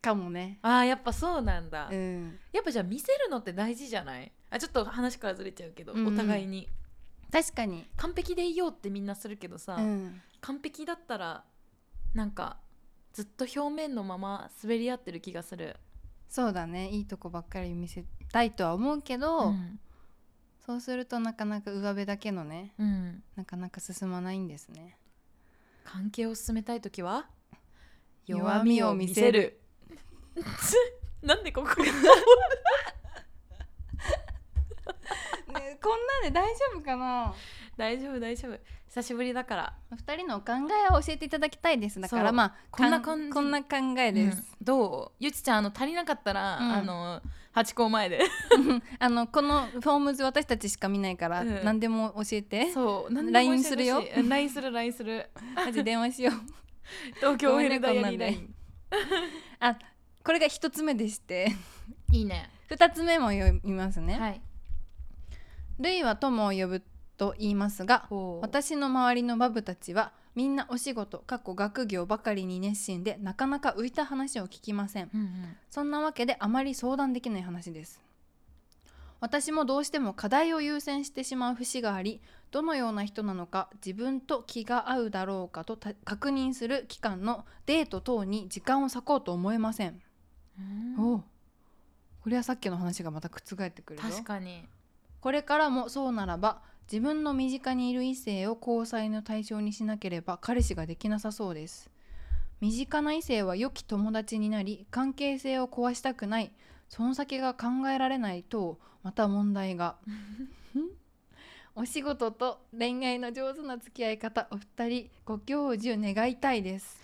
Speaker 2: かもね
Speaker 3: あーやっぱそうなんだ、
Speaker 2: うん
Speaker 3: やっぱじゃあ見せるのって大事じゃないあちょっと話からずれちゃうけど、
Speaker 2: うんうん
Speaker 3: お互いに
Speaker 2: 確かに
Speaker 3: 完璧でいようってみんなするけどさ、
Speaker 2: うん
Speaker 3: 完璧だったらなんかずっと表面のまま滑り合ってる気がする、
Speaker 2: そうだねいいとこばっかり見せたいとは思うけど、
Speaker 3: うん
Speaker 2: そうするとなかなか上辺だけのね
Speaker 3: うん
Speaker 2: なかなか進まないんですね
Speaker 3: 関係を進めたい時は
Speaker 2: 弱みを見せる
Speaker 3: <laughs> なんでここに
Speaker 2: ねこんなんで大丈夫かな
Speaker 3: 大丈夫大丈夫久しぶりだから
Speaker 2: お二人のお考えを教えていただきたいですだか
Speaker 3: そ
Speaker 2: ら
Speaker 3: う
Speaker 2: まあ
Speaker 3: こんな
Speaker 2: か
Speaker 3: 感じ
Speaker 2: こんな考えです、
Speaker 3: うんどうゆちちゃんあの足りなかったら、
Speaker 2: うん
Speaker 3: あの八校前で
Speaker 2: あのこのフォームズ私たちしか見ないから、
Speaker 3: うん
Speaker 2: 何でも <laughs> 教えて
Speaker 3: そう <laughs> 何でも
Speaker 2: LINE するよ
Speaker 3: 教えてほしいうん LINE する LINE す
Speaker 2: <laughs>
Speaker 3: る
Speaker 2: マジ電話しよう
Speaker 3: 東京
Speaker 2: ご
Speaker 3: ウ
Speaker 2: め
Speaker 3: ェ
Speaker 2: んね
Speaker 3: ルダイア
Speaker 2: こんな
Speaker 3: リー
Speaker 2: んで
Speaker 3: LINE
Speaker 2: あこれが一つ目でして
Speaker 3: いいね
Speaker 2: 二つ目も読みますね、
Speaker 3: はい
Speaker 2: ルイは友を呼ぶと言いますが私の周りのバブたちはみんなお仕事過去学業ばかりに熱心でなかなか浮いた話を聞きません
Speaker 3: うんうん
Speaker 2: そんなわけであまり相談できない話です私もどうしても課題を優先してしまう節がありどのような人なのか自分と気が合うだろうかとた確認する期間のデート等に時間を割こうと思えません、
Speaker 3: うん
Speaker 2: おこれはさっきの話がまた覆ってくるよ
Speaker 3: 確かに
Speaker 2: これからもそうならば自分の身近にいる異性を交際の対象にしなければ彼氏ができなさそうです身近な異性は良き友達になり関係性を壊したくないその先が考えられないとまた問題が
Speaker 3: <laughs>
Speaker 2: お仕事と恋愛の上手な付き合い方お二人ご教授願いたいです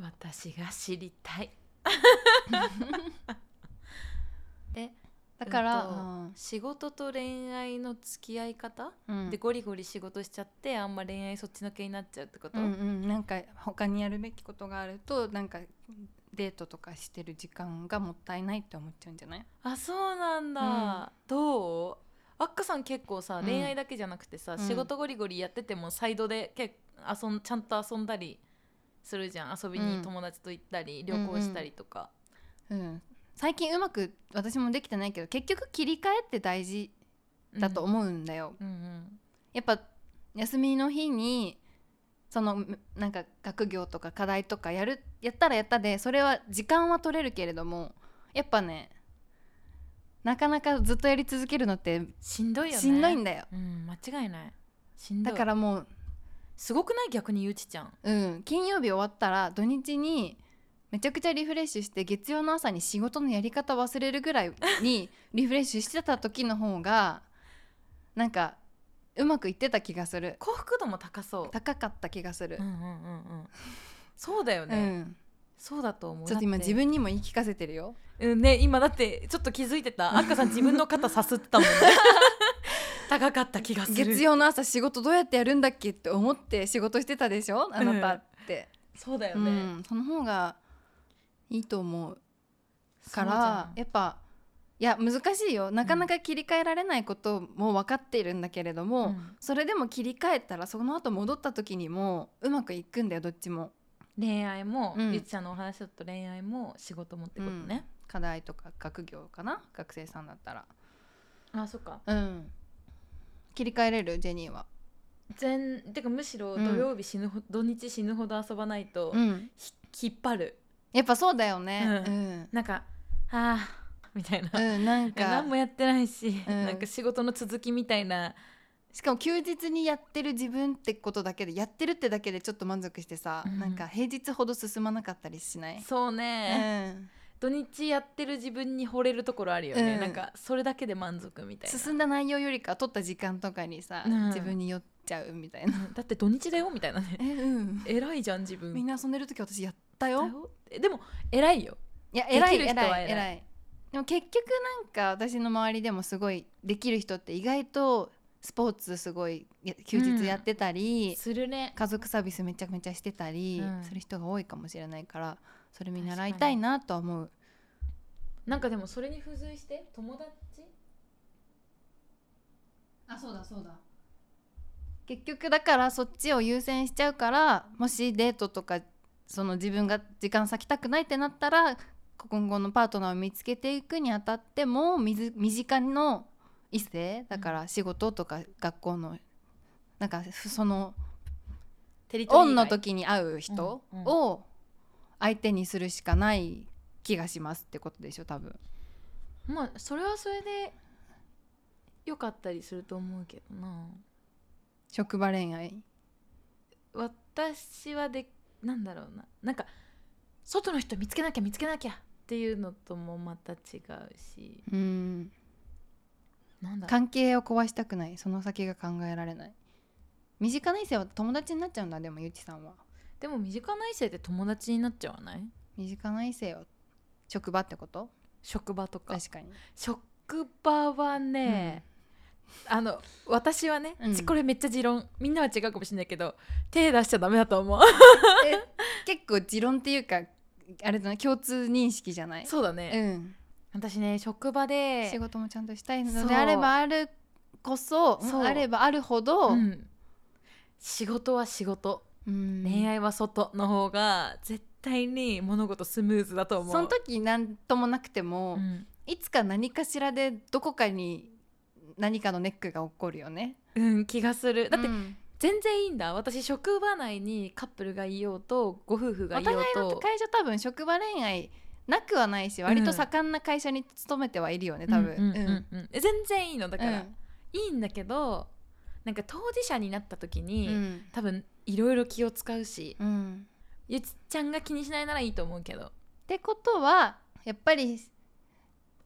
Speaker 3: 私が知りたい
Speaker 2: だから、
Speaker 3: うんと仕事と恋愛の付き合い方、
Speaker 2: うん
Speaker 3: でゴリゴリ仕事しちゃってあんま恋愛そっちのけになっちゃうってこと、
Speaker 2: うんうん、なんか他にやるべきことがあるとなんかデートとかしてる時間がもったいないって思っちゃうんじゃない
Speaker 3: あそうなんだ、どうあっかさん結構さ
Speaker 2: うん
Speaker 3: 恋愛だけじゃなくてさ、
Speaker 2: ん
Speaker 3: 仕事ゴリゴリやっててもサイドで結遊んちゃんと遊んだりするじゃん遊び
Speaker 2: う
Speaker 3: に
Speaker 2: ん
Speaker 3: 友達と行ったり、旅行したりとか、
Speaker 2: うん、最近うまく私もできてないけど結局切り替えって大事だと思うんだよ、
Speaker 3: うんうん
Speaker 2: やっぱ休みの日にそのむなんか学業とか課題とかやるやったらやったでそれは時間は取れるけれどもやっぱねなかなかずっとやり続けるのって
Speaker 3: しんどいよね
Speaker 2: しんどいんだよ
Speaker 3: うん間違いないしんどい
Speaker 2: だからもう
Speaker 3: すごくない逆にゆうちちゃん
Speaker 2: うん、金曜日終わったら土日にめちゃくちゃリフレッシュして月曜の朝に仕事のやり方忘れるぐらいにリフレッシュしてた時の方がなんかうまくいってた気がする
Speaker 3: 幸福度も高そう
Speaker 2: 高かった気がする
Speaker 3: うん、うんうんうんそうだよ
Speaker 2: う
Speaker 3: ね、
Speaker 2: ん、
Speaker 3: そうだと思う
Speaker 2: ちょっと今
Speaker 3: だて
Speaker 2: 自分にも言い聞かせてるよ
Speaker 3: うんね今だってちょっと気づいてたあっかさん自分の肩さすっ
Speaker 2: <laughs>
Speaker 3: たもんね高かった気がする
Speaker 2: 月曜の朝仕事どうやってやるんだっけって思って仕事してたでしょあなたって、
Speaker 3: そうだよ
Speaker 2: う
Speaker 3: ね、
Speaker 2: ん、その方がいいと思うか
Speaker 3: そうじゃ
Speaker 2: ら
Speaker 3: ん
Speaker 2: やっぱいや難しいよなかなか切り替えられないことも分かっているんだけれども、
Speaker 3: うん
Speaker 2: それでも切り替えたらその後戻った時にもうまくいくんだよどっちも
Speaker 3: 恋愛も、
Speaker 2: うん
Speaker 3: ゆっちゃんのお話だと恋愛も仕事もってことね、
Speaker 2: 課題とか学業かな学生さんだったら
Speaker 3: あそっか
Speaker 2: うん切り替えれるジェニーは
Speaker 3: 全てかむしろ
Speaker 2: うん
Speaker 3: 土曜日死ぬほ、土日死ぬほど遊ばないと、
Speaker 2: うん
Speaker 3: ひ引っ張る
Speaker 2: やっぱそうだよね
Speaker 3: う
Speaker 2: うん、
Speaker 3: なんかあーみたいな、
Speaker 2: うんなんか
Speaker 3: 何もやってないし、
Speaker 2: ん
Speaker 3: なんか仕事の続きみたいな
Speaker 2: しかも休日にやってる自分ってことだけでやってるってだけでちょっと満足してさ、
Speaker 3: うん
Speaker 2: なんか平日ほど進まなかったりしない、
Speaker 3: そうね、
Speaker 2: うん
Speaker 3: 土日やってる自分に惚れるところあるよね、
Speaker 2: うん
Speaker 3: なんかそれだけで満足みたいな
Speaker 2: 進んだ内容よりか取った時間とかにさ、
Speaker 3: うん
Speaker 2: 自分に酔っちゃうみたいな
Speaker 3: だって土日だよみたい
Speaker 2: <laughs>
Speaker 3: なね
Speaker 2: えうん
Speaker 3: 偉いじゃん自分
Speaker 2: みんな遊んでる時私やったよ
Speaker 3: だよえでも偉いよ
Speaker 2: いや偉い
Speaker 3: で
Speaker 2: 偉い
Speaker 3: きる人は偉
Speaker 2: 偉
Speaker 3: い
Speaker 2: いでも結局なんか私の周りでもすごいできる人って意外とスポーツすごいや休日やってたり、
Speaker 3: するね
Speaker 2: 家族サービスめちゃめちゃしてたり
Speaker 3: うん
Speaker 2: する人が多いかもしれないからそれ見習いたいなとは思う
Speaker 3: なんかでもそれに付随して友達
Speaker 2: あそうだそうだ結局だからそっちを優先しちゃうからもしデートとかその自分が時間割きたくないってなったら今後のパートナーを見つけていくにあたってもみず身近の異性だから仕事とか学校のなんかその
Speaker 3: テリ
Speaker 2: オンの時に会う人
Speaker 3: うんうん
Speaker 2: を相手にするしかない気がしますってことでしょ多分。
Speaker 3: まあそれはそれで良かったりすると思うけどな
Speaker 2: 職場恋愛
Speaker 3: 私はでなんだろうななんか外の人見つけなきゃ見つけなきゃっていうのともまた違うし
Speaker 2: うん
Speaker 3: なんだろう
Speaker 2: 関係を壊したくないその先が考えられない身近な異性は友達になっちゃうんだでもゆちさんは
Speaker 3: でも身近な異性って友達になっちゃわない
Speaker 2: 身近な異性は職場ってこと
Speaker 3: 職場とか
Speaker 2: 確かに
Speaker 3: 職場はね、あの私はね、
Speaker 2: うん
Speaker 3: ちこれめっちゃ持論みんなは違うかもしれないけど手出しちゃダメだと思う
Speaker 2: 結構持論っていうかあれだな共通認識じゃない
Speaker 3: <laughs> そうだね、
Speaker 2: うん
Speaker 3: 私ね職場で
Speaker 2: 仕事もちゃんとしたいの
Speaker 3: そう
Speaker 2: であればあるこそ
Speaker 3: そう
Speaker 2: あればあるほど、
Speaker 3: うん仕事は仕事、
Speaker 2: うん
Speaker 3: 恋愛は外の方が絶対に物事スムーズだと思う
Speaker 2: その時何ともなくても、
Speaker 3: うん、
Speaker 2: いつか何かしらでどこかに何かのネックが起こるよね
Speaker 3: うん気がするだって
Speaker 2: うん
Speaker 3: 全然いいんだ私職場内にカップルがいようとご夫婦がいよう
Speaker 2: お互いの
Speaker 3: と
Speaker 2: 会社多分職場恋愛なくはないし割と盛んな会社に勤めてはいるよね多分、
Speaker 3: うんうん
Speaker 2: うん
Speaker 3: うんうん全然いいのだから、
Speaker 2: うん
Speaker 3: いいんだけどなんか当事者になった時に、
Speaker 2: うん
Speaker 3: 多分いろいろ気を使うし
Speaker 2: うん
Speaker 3: ゆちちゃんが気にしないならいいと思うけど
Speaker 2: ってことはやっぱり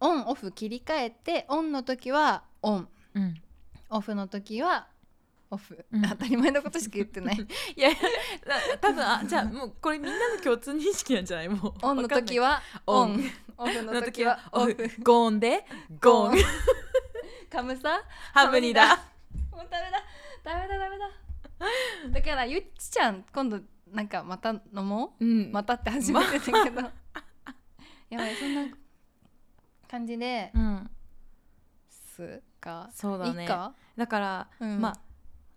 Speaker 2: オンオフ切り替えてオンの時はオン
Speaker 3: うん
Speaker 2: オフの時はオフ、
Speaker 3: うん
Speaker 2: 当たり前のことしか言って
Speaker 3: <laughs>
Speaker 2: ない
Speaker 3: いやいやな <laughs> 多分あじゃあもうこれみんなの共通認識なんじゃない
Speaker 2: <laughs>
Speaker 3: もう
Speaker 2: オンの時
Speaker 3: は
Speaker 2: は
Speaker 3: オ
Speaker 2: オ
Speaker 3: ン
Speaker 2: ンオフの時はオ
Speaker 3: オ
Speaker 2: フ
Speaker 3: フゴーンでゴーン
Speaker 2: カムサ
Speaker 3: <laughs> ハムニだ
Speaker 2: もうダメだダメだダメだだからゆっちちゃん今度なんかまた飲 <laughs> もう
Speaker 3: うん
Speaker 2: またって初めてだけどやばいそんな感じで
Speaker 3: うん
Speaker 2: すか
Speaker 3: そうだね
Speaker 2: いいか、
Speaker 3: だから、
Speaker 2: うん
Speaker 3: まあ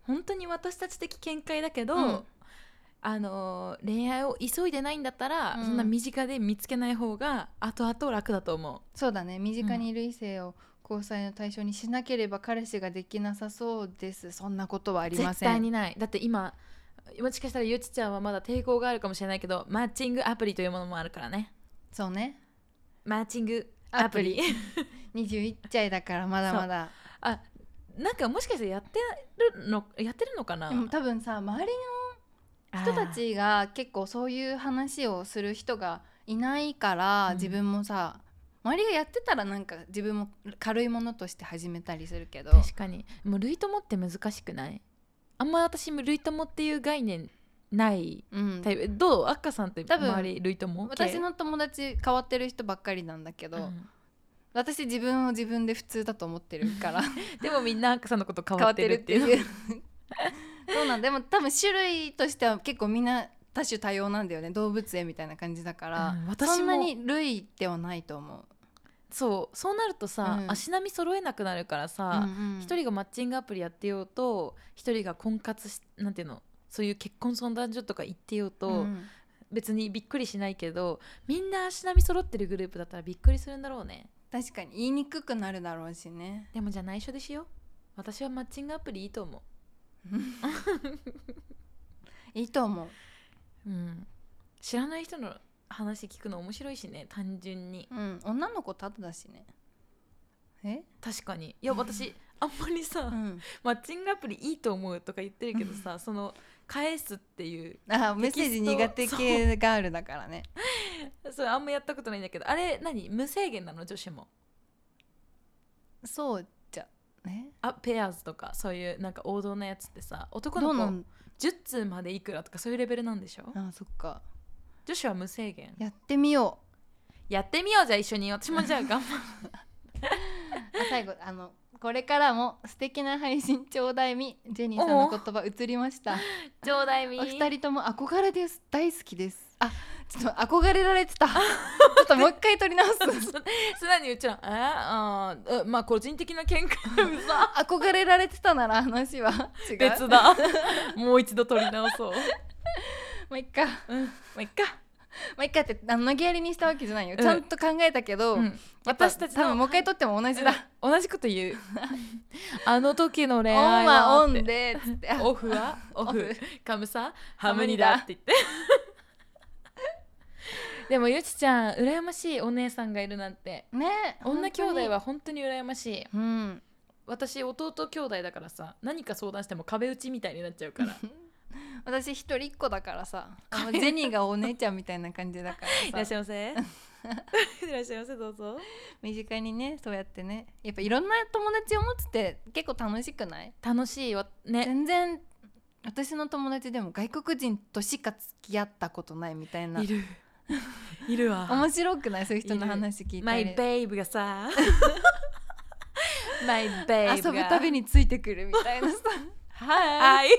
Speaker 3: 本当に私たち的見解だけど、
Speaker 2: うん
Speaker 3: あのー恋愛を急いでないんだったら、
Speaker 2: うん
Speaker 3: そんな身近で見つけない方が後々楽だと思
Speaker 2: そうだね身近にいる異性を交際の対象にしなければ彼氏ができなさそうですそんなことはあ
Speaker 3: う
Speaker 2: りま
Speaker 3: 絶
Speaker 2: せん
Speaker 3: 対にないだって今もしかしたらゆちちゃんはまだ抵抗があるかもしれないけどマッチングアプリというものもあるからね
Speaker 2: そうね
Speaker 3: マッチングアプリ
Speaker 2: ア21歳だからまだまだ
Speaker 3: <laughs> あなんかもしかしてやってるのやってるのかな
Speaker 2: でも多分さ周りの人たちが結構そういう話をする人がいないから、
Speaker 3: うん
Speaker 2: 自分もさ周りがやってたらなんか自分も軽いものとして始めたりするけど
Speaker 3: 確かにもう類友って難しくないあんま私も類友っていう概念ない
Speaker 2: うん
Speaker 3: タイプどうあっかさんって
Speaker 2: 多分
Speaker 3: 周り類友
Speaker 2: 私の友達変わってる人ばっかりなんだけど、
Speaker 3: うん
Speaker 2: 私自分を自分で普通だと思ってるから
Speaker 3: <laughs> でもみんなあっかさんのこと変
Speaker 2: 変
Speaker 3: わ
Speaker 2: わ
Speaker 3: っ
Speaker 2: ってて
Speaker 3: る
Speaker 2: る
Speaker 3: っ
Speaker 2: ってて
Speaker 3: いう
Speaker 2: いう <laughs> そうなんでも多分種類としては結構みんな多種多様なんだよね動物園みたいな感じだから、
Speaker 3: うん私も
Speaker 2: そんなに類ではないと思う
Speaker 3: <laughs> そうそうなるとさ、
Speaker 2: うん
Speaker 3: 足並み揃えなくなるから
Speaker 2: うん
Speaker 3: さ
Speaker 2: うん
Speaker 3: 一、人がマッチングアプリやってようと一人が婚活しなんていうのそういう結婚相談所とか行ってようと、
Speaker 2: うん
Speaker 3: 別にびっくりしないけどみんな足並み揃ってるグループだったらびっくりするんだろうね
Speaker 2: 確かに言いにくくなるだろうしね
Speaker 3: でもじゃあ内緒でしよう私はマッチングアプリいいと思
Speaker 2: いいと思う
Speaker 3: う、うん、知らない人の話聞くの面白いしね単純に
Speaker 2: うん女の子ただだしねえ、
Speaker 3: 確かにいや私あんまりさ、
Speaker 2: うん、
Speaker 3: マッチングアプリいいと思うとか言ってるけど
Speaker 2: <laughs>
Speaker 3: さその返すっていう
Speaker 2: あメッセージ苦手系ガールだからね
Speaker 3: それあんまやったことないんだけどあれ何無制限なの女子も
Speaker 2: そうじゃね
Speaker 3: あペアーズとかそういうなんか王道なやつってさ男
Speaker 2: ど
Speaker 3: の
Speaker 2: うな
Speaker 3: 子
Speaker 2: ん
Speaker 3: 10通までいくらとかそういうレベルなんでしょ
Speaker 2: あそっか
Speaker 3: 女子は無制限
Speaker 2: やってみよ <laughs>
Speaker 3: やってみようじゃあ一緒に私もじゃあ頑張る
Speaker 2: う最後あのこれからも素敵な配信ちょうだいみジェニーさんの言葉移りました
Speaker 4: 上代み
Speaker 2: お二人とも憧れです大好きですあちょっと憧れられてた <laughs> ちょっともう一回取り <laughs> 直す
Speaker 3: <laughs> すなにうちらあーあーうんまあ個人的な見解
Speaker 2: 憧れられてたなら話は違う
Speaker 3: 別だもう一度取り直そう
Speaker 2: まあいっか
Speaker 3: うんまあいっか
Speaker 2: まあいっかってあの投げやりにしたわけじゃないよ、
Speaker 3: うん
Speaker 2: ちゃんと考えたけど、
Speaker 3: うん私たち
Speaker 2: 多分も
Speaker 3: の
Speaker 2: う一回取っても同じだ、
Speaker 3: 同じこ
Speaker 2: <laughs>
Speaker 3: と言うあの時の恋
Speaker 2: オン
Speaker 3: 愛
Speaker 2: は
Speaker 3: は
Speaker 2: オンでつっ
Speaker 3: <laughs>
Speaker 2: てあ
Speaker 3: オフはオ
Speaker 2: オフ
Speaker 3: フカムサハムニだって言って <laughs> でもゆちちゃん羨ましいお姉さんがいるなんて
Speaker 2: ね
Speaker 3: 女兄弟
Speaker 2: は
Speaker 3: は本当に羨ましい
Speaker 2: うん
Speaker 3: 私弟兄弟だからさ何か相談しても壁打ちみ <laughs> たいになっちゃうから
Speaker 2: 私一人っ子だからさあのジェニーがお姉ちゃんみたいな感じ
Speaker 3: <laughs>
Speaker 2: だからさ
Speaker 3: ゃいませ <laughs> いらっしゃいませどうぞ
Speaker 2: 身近にねそうやってねやっぱいろんな友達を持つって結構楽しくない
Speaker 3: 楽しいわね
Speaker 2: 全然私の友達でも外国人としか付き合ったことないみたいない
Speaker 3: る <laughs> いるわ
Speaker 2: 面白くないそういう人の
Speaker 3: いる
Speaker 2: 話聞い
Speaker 3: マ
Speaker 2: た
Speaker 3: イ
Speaker 2: り
Speaker 3: ベイブがさ <laughs> マイベイブが
Speaker 2: 遊ぶたびについてくるみたい
Speaker 3: <laughs>
Speaker 2: なさ
Speaker 3: はいいる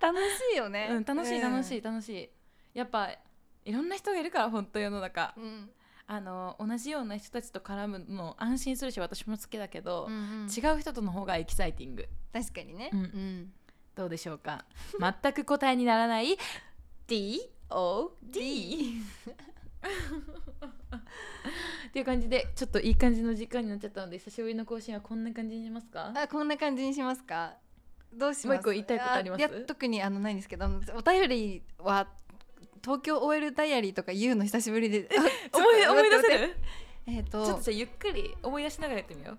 Speaker 2: 楽しいよね、
Speaker 3: うん楽しい楽し
Speaker 2: い、
Speaker 3: い楽しいやっぱいろんな人がいるから本当世の中
Speaker 2: うん
Speaker 3: あの同じような人たちと絡むの安心するし私も好きだけど、
Speaker 2: うん
Speaker 3: 違う人との方がエキサイティング
Speaker 2: 確かにね、
Speaker 3: うんどうでしょうか <laughs> 全く答えにならない DOD <laughs> っていう感じでちょっといい感じの時間になっちゃったので久しぶりの更新はこんな感じにしますか
Speaker 2: あこんな感じにしますかどうします
Speaker 3: もう一個言いたいことあります
Speaker 2: いや特にあのないんですけどあのお便りは東京 OL ダイアリーとか言うの久しぶりであ
Speaker 3: 思い
Speaker 2: ちょっと
Speaker 3: 思い出
Speaker 2: 待って
Speaker 3: せ
Speaker 2: 待って
Speaker 3: る
Speaker 2: えっ、
Speaker 3: ちょっと
Speaker 2: と
Speaker 3: じゃあゆっくり思い出しながらやってみよう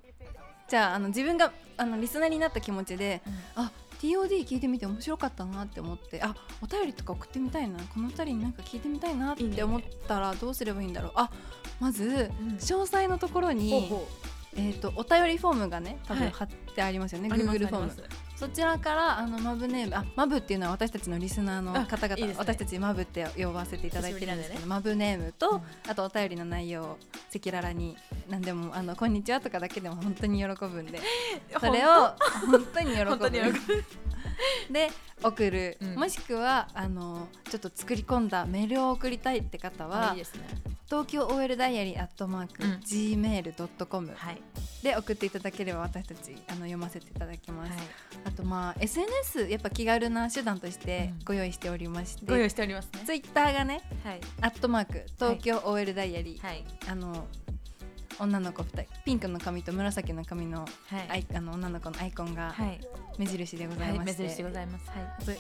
Speaker 2: じゃああの自分があのリスナーになった気持ちで、
Speaker 3: うん
Speaker 2: あ TOD 聞いてみて面白かったなって思ってあお便りとか送ってみたいなこの二人になんか聞いてみたいなっ
Speaker 3: いいね
Speaker 2: て思ったらどうすればいいんだろうあまず
Speaker 3: うん
Speaker 2: 詳細のところに、
Speaker 3: ほうほ
Speaker 2: えー、とお便りフォームがね多
Speaker 3: は
Speaker 2: 分
Speaker 3: い
Speaker 2: 貼ってありますよね、
Speaker 3: うあります
Speaker 2: Google
Speaker 3: あ
Speaker 2: フォ
Speaker 3: り
Speaker 2: ー
Speaker 3: ま
Speaker 2: ム
Speaker 3: す
Speaker 2: そちらからあのマブネームあマブっていうのは私たちのリスナーの方々
Speaker 3: あいいですね
Speaker 2: 私たちマブって呼ばせていただいてるんですけど、
Speaker 3: 久しぶりなんでね
Speaker 2: マブネームと、
Speaker 3: うん
Speaker 2: あとお便りの内容を赤裸々に何でもあの「こんにちは」とかだけでも本当に喜ぶんでそれを本当に喜ぶ
Speaker 3: 本当に喜ぶ
Speaker 2: で送る、
Speaker 3: うん
Speaker 2: もしくはあのちょっと作り込んだメールを送りたいって方
Speaker 3: あい
Speaker 2: はい
Speaker 3: ですね
Speaker 2: 東京 OL ダイアリーアットマーク
Speaker 3: うん
Speaker 2: Gmail.com
Speaker 3: はい
Speaker 2: で送っていただければ私たちあの読ませていただきます、
Speaker 3: はい
Speaker 2: あとまあ SNS やっぱ気軽な手段として
Speaker 3: うん
Speaker 2: ご用意しておりまして、
Speaker 3: ご用意しておりますね
Speaker 2: ツイッターがね
Speaker 3: はい
Speaker 2: 「アットマーク東京 OL ダイアリー」
Speaker 3: はい
Speaker 2: あの女の子2人ピンクの髪と紫の髪のア
Speaker 3: はい
Speaker 2: イ、あの女の子のアイコンが
Speaker 3: はい
Speaker 2: 目印でござい
Speaker 3: はい
Speaker 2: まして、
Speaker 3: 珍しいございますはい
Speaker 2: あと一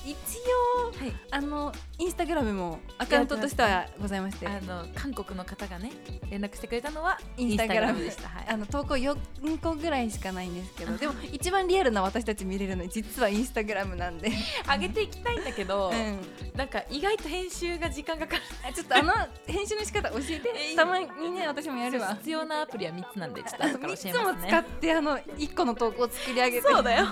Speaker 2: 応
Speaker 3: はい
Speaker 2: あのインスタグラムもアカウントとしてはございまして
Speaker 3: あの韓国の方がね連絡してくれたのは
Speaker 2: インスタグラム
Speaker 3: インスタグラムでした。は
Speaker 2: あ
Speaker 3: い。
Speaker 2: の投稿4個ぐらいしかないんですけどでも一番リアルな私たち見れるの実はインスタグラムなんで、
Speaker 3: 上げていきたいんだけど、
Speaker 2: うん
Speaker 3: なんか意外と編集が時間かかる。
Speaker 2: あちょっとあの編集の仕方教えて
Speaker 3: えいい
Speaker 2: たまにね私もやるわ
Speaker 3: 必要なアプリは三つなんでちょっと
Speaker 2: あ
Speaker 3: 後
Speaker 2: と
Speaker 3: から教
Speaker 2: 3
Speaker 3: え
Speaker 2: つ
Speaker 3: ま
Speaker 2: も
Speaker 3: す
Speaker 2: 使っ
Speaker 3: ね。
Speaker 2: てあの1個の投稿を作り上げて
Speaker 3: <laughs> そうだよ。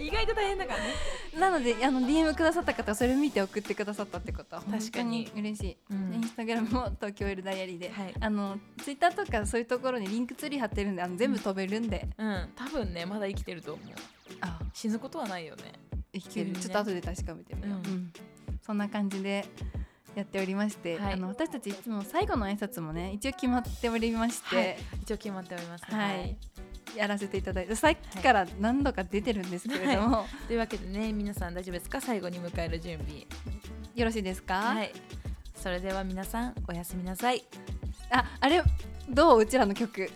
Speaker 3: 意外と大変だからね。
Speaker 2: なのであの DM くださった方はそれを見て送ってくださったってことは本
Speaker 3: 確
Speaker 2: 当
Speaker 3: かに
Speaker 2: に嬉しい、
Speaker 3: うん
Speaker 2: インスタグラムも東京エルダイアリーで、
Speaker 3: はい
Speaker 2: あのツイッターとかそういうところにリンクツリー貼ってるんであの全部飛べるんで、
Speaker 3: うん。多分ねまだ生きてると思う。
Speaker 2: あ
Speaker 3: 死ぬことはないよね。
Speaker 2: 生きてる、
Speaker 3: 生きてるね
Speaker 2: ちょっと後で確かめてみよう、
Speaker 3: うん
Speaker 2: うんそんな感じでやっておりまして、
Speaker 3: はい
Speaker 2: あの私たちいつも最後の挨拶もね一応決まっておりまして、
Speaker 3: はい一応決まっておりますね。
Speaker 2: はい。やらせていただいてさっきから何度か出てるんですけれども、
Speaker 3: というわけでね皆さん大丈夫ですか最後に迎える準備。
Speaker 2: よろしいですか、
Speaker 3: はい。それでは皆さんおやすみなさい。
Speaker 2: ああれどううちらの曲こ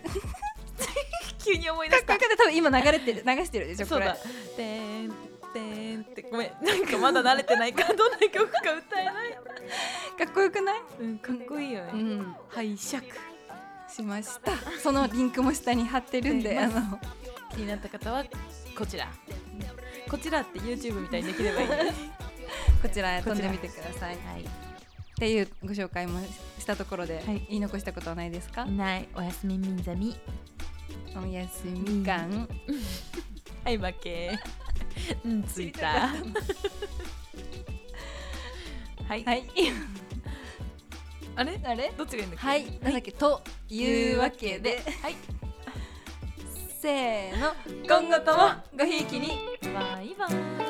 Speaker 3: 急に思い出した
Speaker 2: れ。多分今流れてる流してるでしょ
Speaker 3: <laughs> そ
Speaker 2: こ
Speaker 3: う
Speaker 2: れ
Speaker 3: だ。てーんてーんってごめんなんかまだ慣れてないからどんな曲か歌えない。
Speaker 2: かっこよくない
Speaker 3: うんかっこいいよね。
Speaker 2: うん
Speaker 3: 拝借
Speaker 2: しましたそのリンクも下に貼ってるんで
Speaker 3: 出
Speaker 2: あ
Speaker 3: ま
Speaker 2: の
Speaker 3: 気になった方はこちら。こちらって YouTube みたいにできれば <laughs> いいね。
Speaker 2: こちらへ
Speaker 3: こ
Speaker 2: 飛ん
Speaker 3: ち
Speaker 2: で
Speaker 3: ら
Speaker 2: みてくださいっ
Speaker 3: は
Speaker 2: ていうご紹介もしたところで、
Speaker 3: はい
Speaker 2: 言い残したことはないですか、
Speaker 3: ないおやすみみんざみ。
Speaker 2: おやすみかん、
Speaker 3: はい負け。 <laughs> うんついた。 <laughs> はい。
Speaker 2: はい
Speaker 3: <laughs> あれ
Speaker 2: あれ
Speaker 3: どっちがいいんだっけ
Speaker 2: はい、なんだっけ、というわけで、
Speaker 3: はい
Speaker 2: せーの、
Speaker 3: 今後とも
Speaker 2: ごひいきに。
Speaker 3: バイバイ